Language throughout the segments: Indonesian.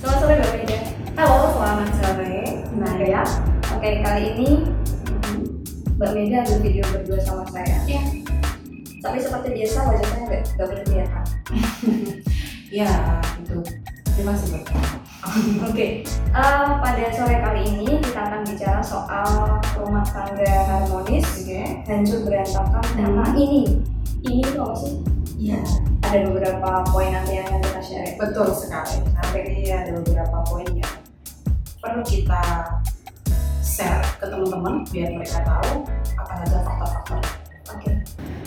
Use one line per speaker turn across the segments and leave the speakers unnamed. Selamat sore Mbak Frida.
Halo, selamat sore. Mbak
ya.
Dea.
Oke, kali ini Mbak Meda ambil video berdua sama saya.
Iya.
Tapi seperti biasa wajah saya nggak nggak kelihatan.
Ya, itu. Terima kasih, Mbak.
Oke, eh, pada sore kali ini kita akan bicara soal rumah tangga harmonis,
Oke.
hancur berantakan karena
Hmm.
ini. Ini tuh apa sih?
Iya,
Ada beberapa poin nanti yang akan kita share.
betul sekali. Sampai ini ada beberapa poin yang perlu kita share ke teman-teman biar mereka tahu apa saja faktor-faktor.
Oke.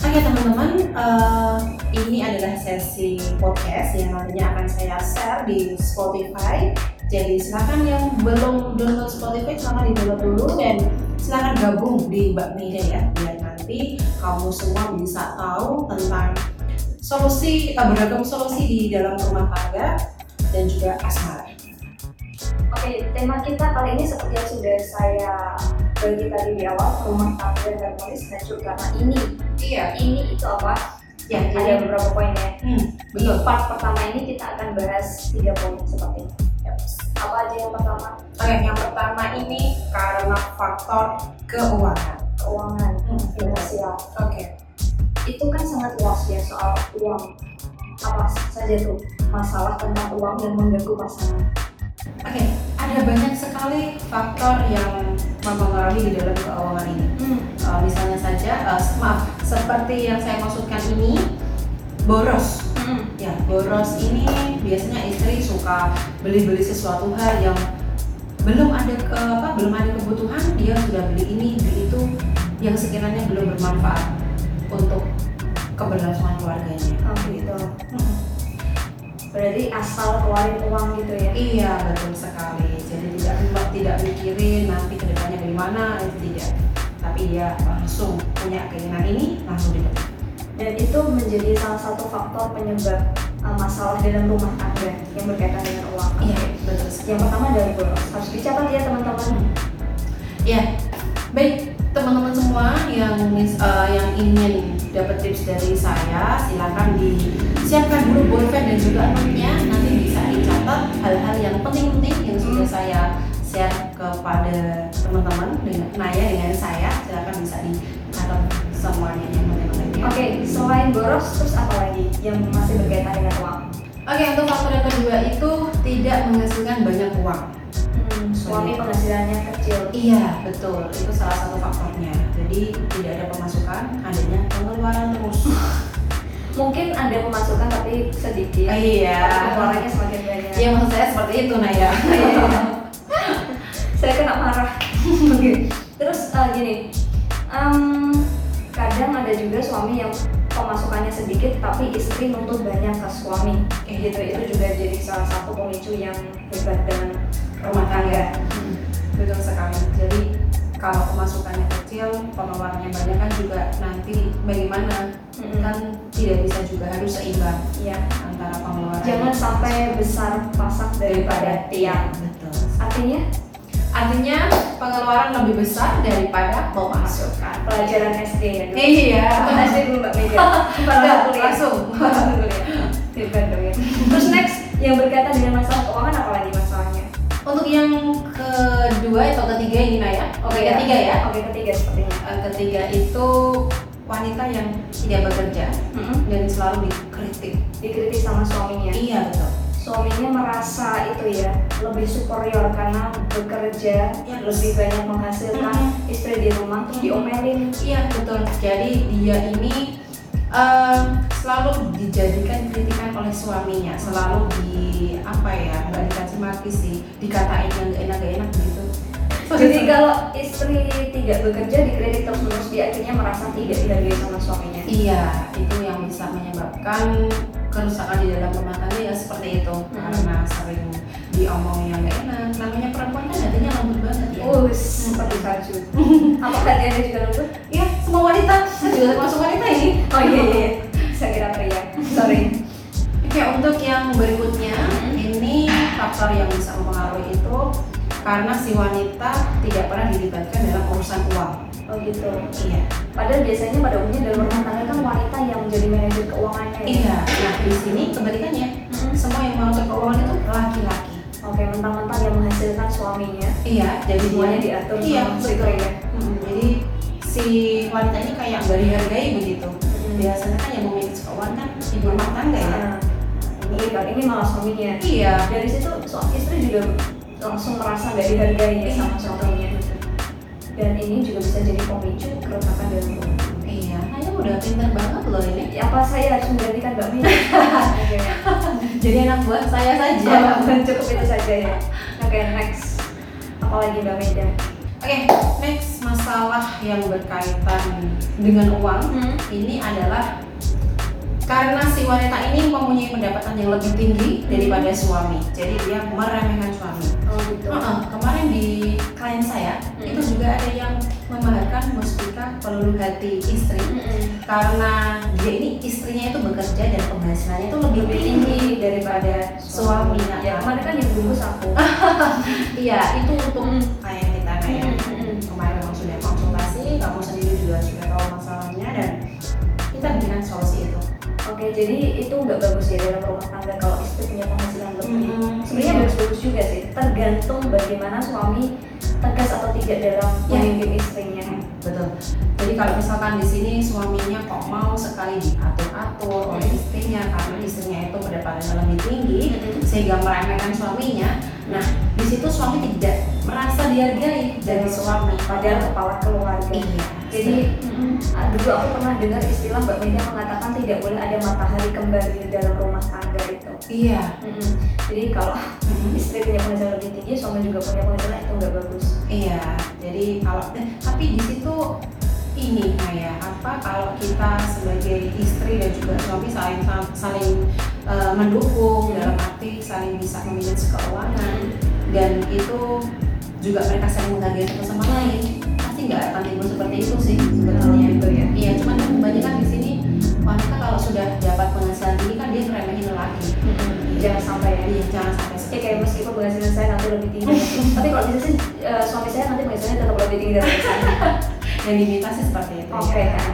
Oke teman-teman, eh, ini adalah sesi podcast yang nantinya akan saya share di Spotify. Jadi silakan yang belum download Spotify silakan di download dulu dan silakan gabung di Mbak Mega ya biar nanti kamu semua bisa tahu tentang solusi eh, beragam solusi di dalam rumah tangga dan juga asmara.
Oke, tema kita kali ini seperti yang sudah saya bagi tadi di awal, rumah tangga harmonis hancur karena ini.
Iya,
Ini itu apa?
ya
Ada
jadi
beberapa poinnya.
hmm,
Di
betul.
part pertama ini kita akan bahas tiga poin seperti ini.
Yaps.
Apa aja yang pertama?
Oke, yang pertama ini karena faktor keuangan.
Keuangan,
Hmm,
finansial.
Oke.
Itu kan sangat luas ya soal uang. Apa saja tuh masalah tentang uang yang mengganggu pasangan.
Oke, ada banyak sekali faktor yang mempengaruhi di dalam keuangan ini. Eh, misalnya saja, eh, maaf, seperti yang saya maksudkan ini, boros. Ya, boros ini biasanya istri suka beli-beli sesuatu hal yang belum ada ke- apa, belum ada kebutuhan, dia sudah beli ini, beli itu, yang sekiranya belum bermanfaat untuk keberlangsungan keluarganya.
Oh gitu. Berarti asal keluarin uang gitu ya?
Iya betul sekali. Jadi tidak tidak mikirin nanti kedepannya bagaimana itu tidak. Tapi ya langsung punya keinginan ini langsung dipetik.
dan itu menjadi salah satu faktor penyebab uh, masalah dalam rumah tangga yang berkaitan dengan uang.
Iya. betul
Yang pertama dari boros harus dicatat ya teman-teman.
Iya. Baik teman-teman semua yang mis- eh, yang ingin dapat tips dari saya silakan disiapkan dulu bolpen dan juga notnya nanti bisa dicatat hal-hal yang penting-penting yang sudah saya share kepada teman-teman dengan Naya dengan saya silakan bisa dicatat semuanya yang penting-penting. ya.
Oke, selain boros terus apa lagi yang masih berkaitan dengan uang?
Oke, untuk faktor yang kedua itu tidak menghasilkan banyak uang.
suami Hmm, penghasilannya kecil.
Iya, betul. Itu salah satu faktornya. Jadi tidak ada pemasukan, adanya pengeluaran terus.
Mungkin ada pemasukan tapi sedikit.
iya.
Pengeluarannya semakin banyak.
Iya, maksud saya seperti itu, ya. Naya.
Saya kena marah. Oke. Terus uh, gini, em, kadang ada juga suami yang pemasukannya sedikit tapi istri nuntut banyak ke suami. Kayak gitu itu juga jadi salah satu pemicu yang hebat dengan rumah tangga.
Hmm, betul sekali. Jadi kalau pemasukannya kecil, pengeluarannya banyak kan juga nanti bagaimana?
Mm-mm.
Kan tidak bisa juga harus seimbang
Iya.
antara pengeluaran.
Jangan sampai besar pasak daripada tiang.
Betul.
Artinya
Artinya pengeluaran lebih besar daripada pemasukan.
pelajaran SD ya. dulu. Bukan
Iya.
SD dulu Mbak Mega. Bukan
Enggak,
langsung kuliah.
langsung. Iya,
Langsung kuliah. Hebat dong ya. Terus next yang berkaitan dengan masalah keuangan apa lagi masalahnya?
Untuk yang kedua atau ketiga ini Naya. Oke,
Iya.
ketiga ya.
Oke ketiga sepertinya.
Eh, Ketiga itu wanita yang tidak bekerja dan selalu dikritik.
Dikritik sama suaminya.
Mm-hmm. Iya betul.
Suaminya merasa itu ya lebih superior karena bekerja
Iya.
lebih banyak menghasilkan istri di rumah terus
Mhm.
diomelin.
Iya betul. Jadi dia ini eh, selalu dijadikan kritikan oleh suaminya, selalu di apa ya nggak dikasih maki sih, dikatain yang gak enak gak enak gitu.
Jadi kalau istri tidak bekerja dikritik terus menerus dia akhirnya merasa tidak dihargai sama suaminya.
Iya, itu yang bisa menyebabkan kerusakan di dalam rumah tangga ya seperti itu karena sering diomongin yang gak enak. Namanya perempuan kan hatinya lembut banget ya.
Oh, Us, seperti salju. Apa hati anda juga lembut?
Iya, semua wanita, saya juga termasuk wanita ini.
Oh iya iya. iya. Saya kira pria. Sorry.
Oke, untuk yang berikutnya
Hmm.
ini faktor yang bisa mempengaruhi itu karena si wanita tidak pernah dilibatkan dalam urusan uang.
oh gitu
Iya.
padahal biasanya pada umumnya dalam rumah tangga kan wanita yang menjadi manajer keuangannya ya?
Iya. Nah di sini kebalikannya,
Mm-mm.
semua yang mengatur keuangan itu laki-laki.
oke mentang-mentang yang menghasilkan suaminya
Iya. Jadi
semuanya diatur
Iya.
sama si
Betul.
pria.
Mm, jadi si wanita ini kayak nggak dihargai begitu.
Mm.
Biasanya kan yang memanage keuangan kan ibu rumah tangga ya.
Nah, ini kali ini malah suaminya
Iya.
dari situ suami istri juga langsung merasa nggak dihargai ya sama suaminya dan ini juga bisa jadi pemicu keretakan dalam rumah
Iya. Ayo udah pintar banget loh ini.
Ya, apa saya harus menggantikan Mbak Mia? Oke.
Jadi anak buat saya saja.
Ya, cukup itu saja ya. Oke, next. Apalagi Mbak Meda?
Oke, next masalah yang berkaitan dengan uang
Hmm.
ini adalah karena si wanita ini mempunyai pendapatan yang lebih tinggi daripada suami, jadi dia meremehkan suami.
Oh gitu.
Heeh, kemarin di klien saya
Hmm.
itu juga ada yang memaharkan muspika peluluh hati istri
Mm-mm.
Hmm. karena dia ini istrinya itu bekerja dan penghasilannya itu lebih
Lebih
tinggi
tinggi
daripada
Suami.
suami.
Ya, kemarin kan yang bungkus aku.
Iya, itu untuk Hmm,
Mm.
klien kita kayak
Mm.
kemarin memang sudah konsultasi, kamu sendiri juga sudah tahu masalahnya dan kita berikan solusi itu.
Oke, jadi itu nggak bagus ya dalam rumah tangga kalau istri punya penghasilan lebih. Sebenarnya
Iya.
bagus-bagus juga sih. Tergantung bagaimana suami tegas atau tidak dalam
Ya.
memimpin istrinya.
betul. Jadi kalau misalkan di sini suaminya kok mau sekali diatur-atur oleh
Mm.
istrinya karena istrinya itu pendapatannya lebih tinggi
Mm-mm.
sehingga meremehkan suaminya. Nah, di situ suami tidak merasa dihargai dari suami
Padahal
padahal
kepala keluarga.
iya. Mm-hmm.
Jadi ah, dulu aku pernah dengar istilah Mbak Mega mengatakan tidak boleh ada matahari kembali di dalam rumah tangga itu.
iya.
Jadi kalau
Mm-hmm.
istri punya penghasilan lebih tinggi, suami juga punya penghasilan itu nggak bagus.
Iya, jadi kalau eh, tapi di situ ini kayak apa kalau kita sebagai istri dan juga suami saling saling eh, mendukung
Hmm.
dalam arti saling bisa memanage keuangan dan itu juga mereka saling menghargai satu sama lain pasti nggak akan timbul seperti itu sih
Betul
sebenarnya
gitu ya.
iya cuman kan kebanyakan di sini wanita kalau sudah dapat penghasilan tinggi kan dia meremehin lelaki Mm-hmm.
Jangan sampai ya.
iya jangan sampai
Ya
seperti
kayak meskipun penghasilan saya nanti lebih tinggi, tapi kalau bisa sih eh, suami saya nanti penghasilannya tetap lebih tinggi dari saya.
yang diminta sih seperti itu ya.
Oke. kan?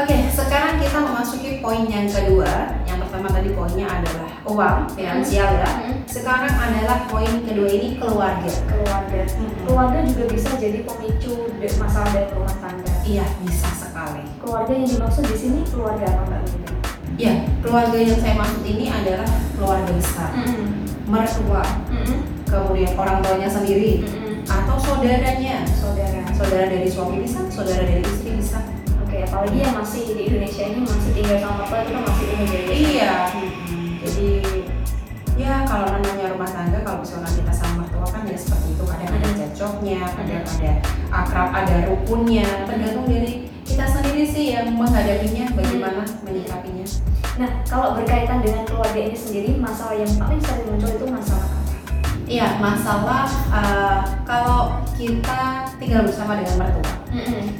Oke, sekarang kita memasuki poin yang kedua. Yang pertama tadi poinnya adalah uang, finansial ya. Sekarang adalah poin kedua ini keluarga.
Keluarga. Keluarga juga bisa jadi pemicu de- masalah dalam rumah tangga.
Iya, bisa sekali.
Keluarga yang dimaksud di sini keluarga apa Mbak Mega?
Ya, keluarga yang saya maksud ini adalah keluarga besar. Mertua, kemudian orang tuanya sendiri, atau saudaranya.
Saudara.
Saudara dari suami bisa, saudara dari istri bisa.
Oke, apalagi yang masih di Indonesia ini masih tinggal sama mertua itu kan masih umum ya.
Iya. Jadi ya kalau namanya rumah tangga kalau misalkan kita sama mertua kan ya seperti itu kadang ada
Mm.
cocoknya, kadang ada akrab, ada rukunnya. Tergantung dari kita sendiri sih yang menghadapinya, bagaimana menyikapinya.
Nah, kalau berkaitan dengan keluarga ini sendiri, masalah yang paling sering muncul itu masalah apa?
Iya masalah eh, kalau kita tinggal bersama dengan mertua.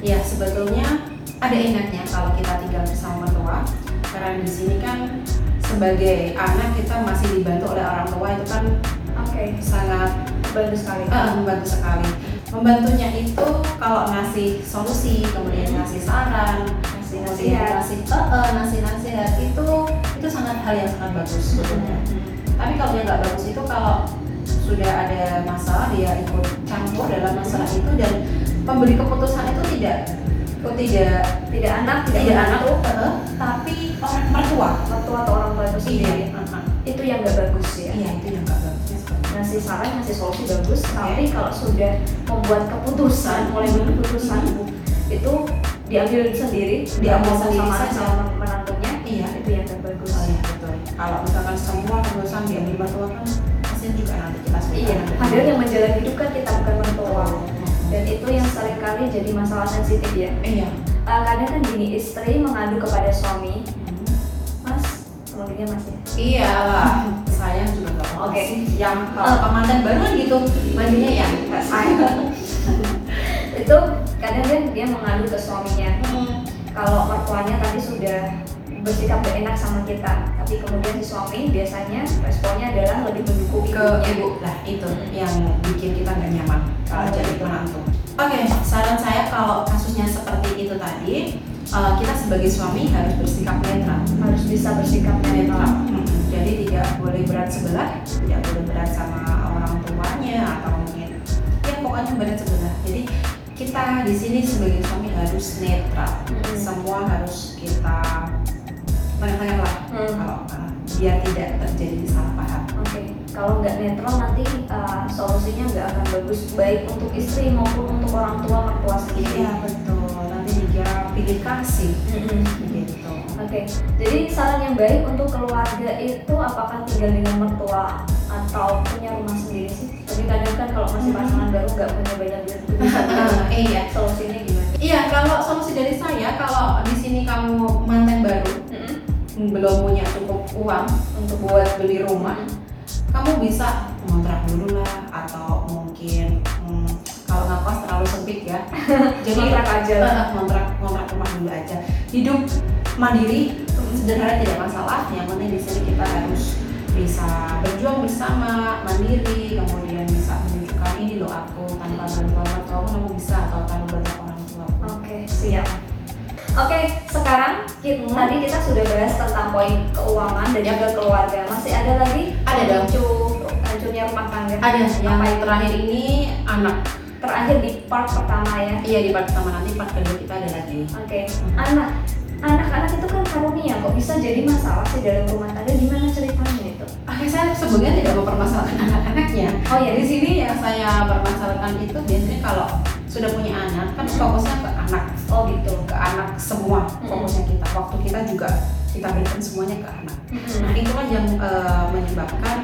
Ya sebetulnya ada enaknya kalau kita tinggal bersama mertua karena di sini kan sebagai anak kita masih dibantu oleh orang tua itu kan
Oke,
sangat
bagus sekali.
Ah, membantu sekali. Membantunya itu kalau ngasih solusi, kemudian ngasih saran,
Masih
kemudian
nasihat.
ngasih eh, eh, ngasih nasihat itu itu sangat hal yang sangat bagus sebetulnya. Tapi kalau yang nggak bagus itu kalau sudah ada masalah dia ikut campur dalam masalah itu dan pemberi keputusan itu tidak kok tidak
Tidak anak, tidak
tidak anak
menantu,
eh, tapi orang mertua.
mertua atau orang tua itu sendiri.
eh,
Itu yang nggak bagus
eh.
ya.
Iya itu yang nggak bagusnya seperti itu.
Ngasih saran, ngasih solusi bagus, tapi kalau sudah membuat keputusan, mulai membuat keputusan, itu diambil sendiri,
Iya. Diambil
diambil
sendiri
sama
saja.
sama menantunya,
Iya.
itu yang nggak bagus.
Oh iya betul. Kalau misalkan semua keputusan diambil mertua kan kasihan juga nanti kita sendiri.
Iya, padahal yang menjalani hidup kan kita bukan mertua.
Dan
Dan itu yang seringkali jadi masalah sensitif ya.
iya.
Eh, kadang kan gini, istri mengadu kepada suami, Mas, kemudian Mas ya.
Iya lah, saya juga nggak mau
Oke. Eh,
sih. Yang kalau pemandan baru kan gitu, mandinya ya nggak saya.
Itu kadang kan dia mengadu ke suaminya. Kalau mertuanya tadi sudah bersikap gak enak sama kita tapi kemudian si suami biasanya responnya adalah lebih mendukung
ke
ibunya.
ibu lah itu yang bikin kita nggak nyaman kalau jadi menantu. Oke, saran saya kalau kasusnya seperti itu tadi, eh, kita sebagai suami harus bersikap netral.
harus bisa bersikap
Iya.
netral
netral. Jadi tidak boleh berat sebelah, tidak boleh berat sama orang tuanya atau mungkin ya pokoknya berat sebelah. Jadi kita di sini sebagai suami harus netral.
Hmm.
Semua harus kita tengah-tengah lah
Hmm.
kalau eh, biar tidak terjadi salah paham.
Oke, kalau nggak netral nanti uh, solusinya nggak akan bagus baik untuk istri maupun untuk orang tua mertua sendiri. Hmm.
Iya betul. Nanti dia pilih kasih
Mm-mm.
gitu.
Oke, jadi saran yang baik untuk keluarga itu apakah tinggal dengan mertua atau punya rumah sendiri sih? Tapi kadang kan kalau masih pasangan baru nggak punya banyak duit itu bisa juga.
iya.
solusinya gimana?
Iya kalau solusi dari saya kalau di sini kamu mantan baru belum punya cukup uang untuk buat beli rumah, kamu bisa ngontrak dulu lah atau mungkin hmm, kalau ngekos terlalu sempit ya. Jadi
Kontrak aja lah.
eh, ngontrak ngontrak rumah dulu aja. Hidup mandiri sederhana tidak masalah. Yang penting di sini kita harus bisa berjuang bersama mandiri kemudian bisa menunjukkan ini loh aku tanpa bantuan orang tua aku kamu bisa atau tanpa bantuan orang tua aku.
Oke, siap. Oke, sekarang kita, tadi kita sudah bahas tentang poin keuangan dan juga keluarga. Masih ada lagi?
Ada dong.
Rancu, rancunya rumah tangga.
ada yang
Apa itu?
terakhir ini anak
Terakhir di part pertama ya.
iya di part pertama nanti part kedua kita ada lagi
Oke, anak. Anak-anak itu kan karunia, kok bisa jadi masalah sih dalam rumah tangga? Gimana ceritanya itu?
Oke, saya sebenarnya tidak mempermasalahkan anak-anaknya.
Oh
Ya,
ya,
di sini yang saya permasalahkan itu biasanya kalau sudah punya anak kan fokusnya ke anak,
oh gitu.
ke anak semua
Mm.
fokusnya kita. Waktu kita juga kita berikan semuanya ke anak. Nah,
Hmm.
itu kan yang eh, menyebabkan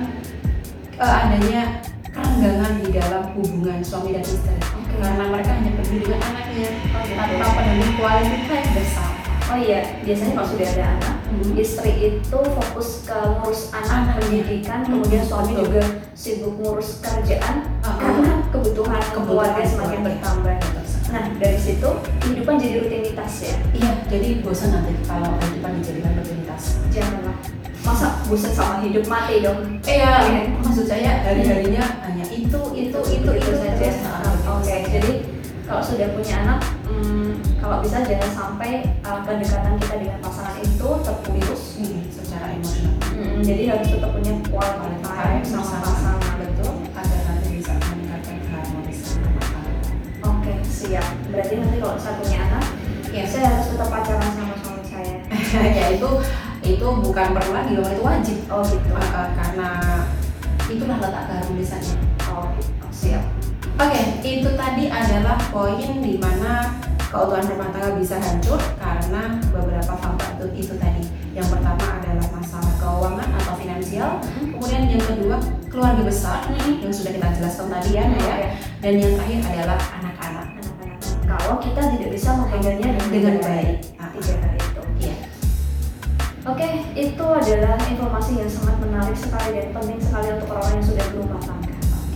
eh, adanya kerenggangan di dalam hubungan suami dan istri.
Oke.
Karena mereka hanya peduli dengan anaknya
Oh, gitu.
tanpa peduli quality time bersama.
Oh iya, biasanya kalau sudah ada anak,
Hmm.
istri itu fokus ke ngurus anak,
Anaknya.
pendidikan, kemudian suami
Mm-hmm. Betul.
juga sibuk ngurus kerjaan,
Ah,
karena kebutuhan
Kebutuhan
keluarga semakin
keluarga.
bertambah. Nah, dari situ kehidupan jadi rutinitas ya.
Iya, jadi bosan nanti kalau kehidupan dijadikan rutinitas.
Janganlah. Masa bosan sama hidup mati dong? Iya.
Iya, maksud saya hari-harinya hanya itu, itu, itu, itu saja.
Oke, jadi kalau sudah punya anak, hmm, kalau bisa jangan sampai uh, kedekatan kita dengan pasangan itu terputus.
Hmm, secara emosional.
Mm, jadi harus tetap punya quality time sama pasangan.
betul. Agar nanti bisa meningkatkan keharmonisan rumah tangga.
Oke, siap. Berarti nanti kalau saya punya anak,
Iya.
saya harus tetap pacaran sama suami saya.
ya itu itu bukan perlu lagi, loh, itu wajib.
Oh gitu.
Eh, eh, karena itulah letak keharmonisannya.
Oh, gitu. siap.
Oke, itu tadi adalah poin di mana keutuhan rumah tangga bisa hancur karena beberapa faktor itu, itu tadi. Yang pertama adalah masalah keuangan atau finansial, kemudian yang kedua keluarga besar yang sudah kita jelaskan tadi ya, Naya.
Oke.
dan yang terakhir adalah anak-anak
anak-anak. Kalau kita tidak bisa menghagainya dengan,
dengan baik. Ah,
tiga hari itu.
Iya.
Oke, itu adalah informasi yang sangat menarik sekali dan penting sekali untuk orang yang sudah berumah tangga.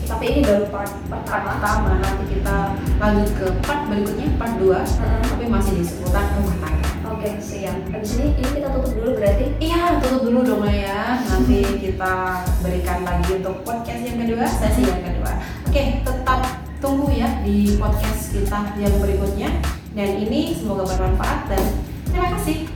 Tapi ini baru part pertama.
Pertama nanti kita lanjut ke part berikutnya part 2
Heeh.
tapi masih di seputar rumah tangga.
Oke, siap. Habis ini ini kita tutup dulu berarti.
Iya, tutup dulu dong ya. Nanti kita berikan lagi untuk podcast yang kedua, sesi yang kedua. Oke, tetap tunggu ya di podcast kita yang berikutnya. Dan ini semoga bermanfaat dan terima kasih.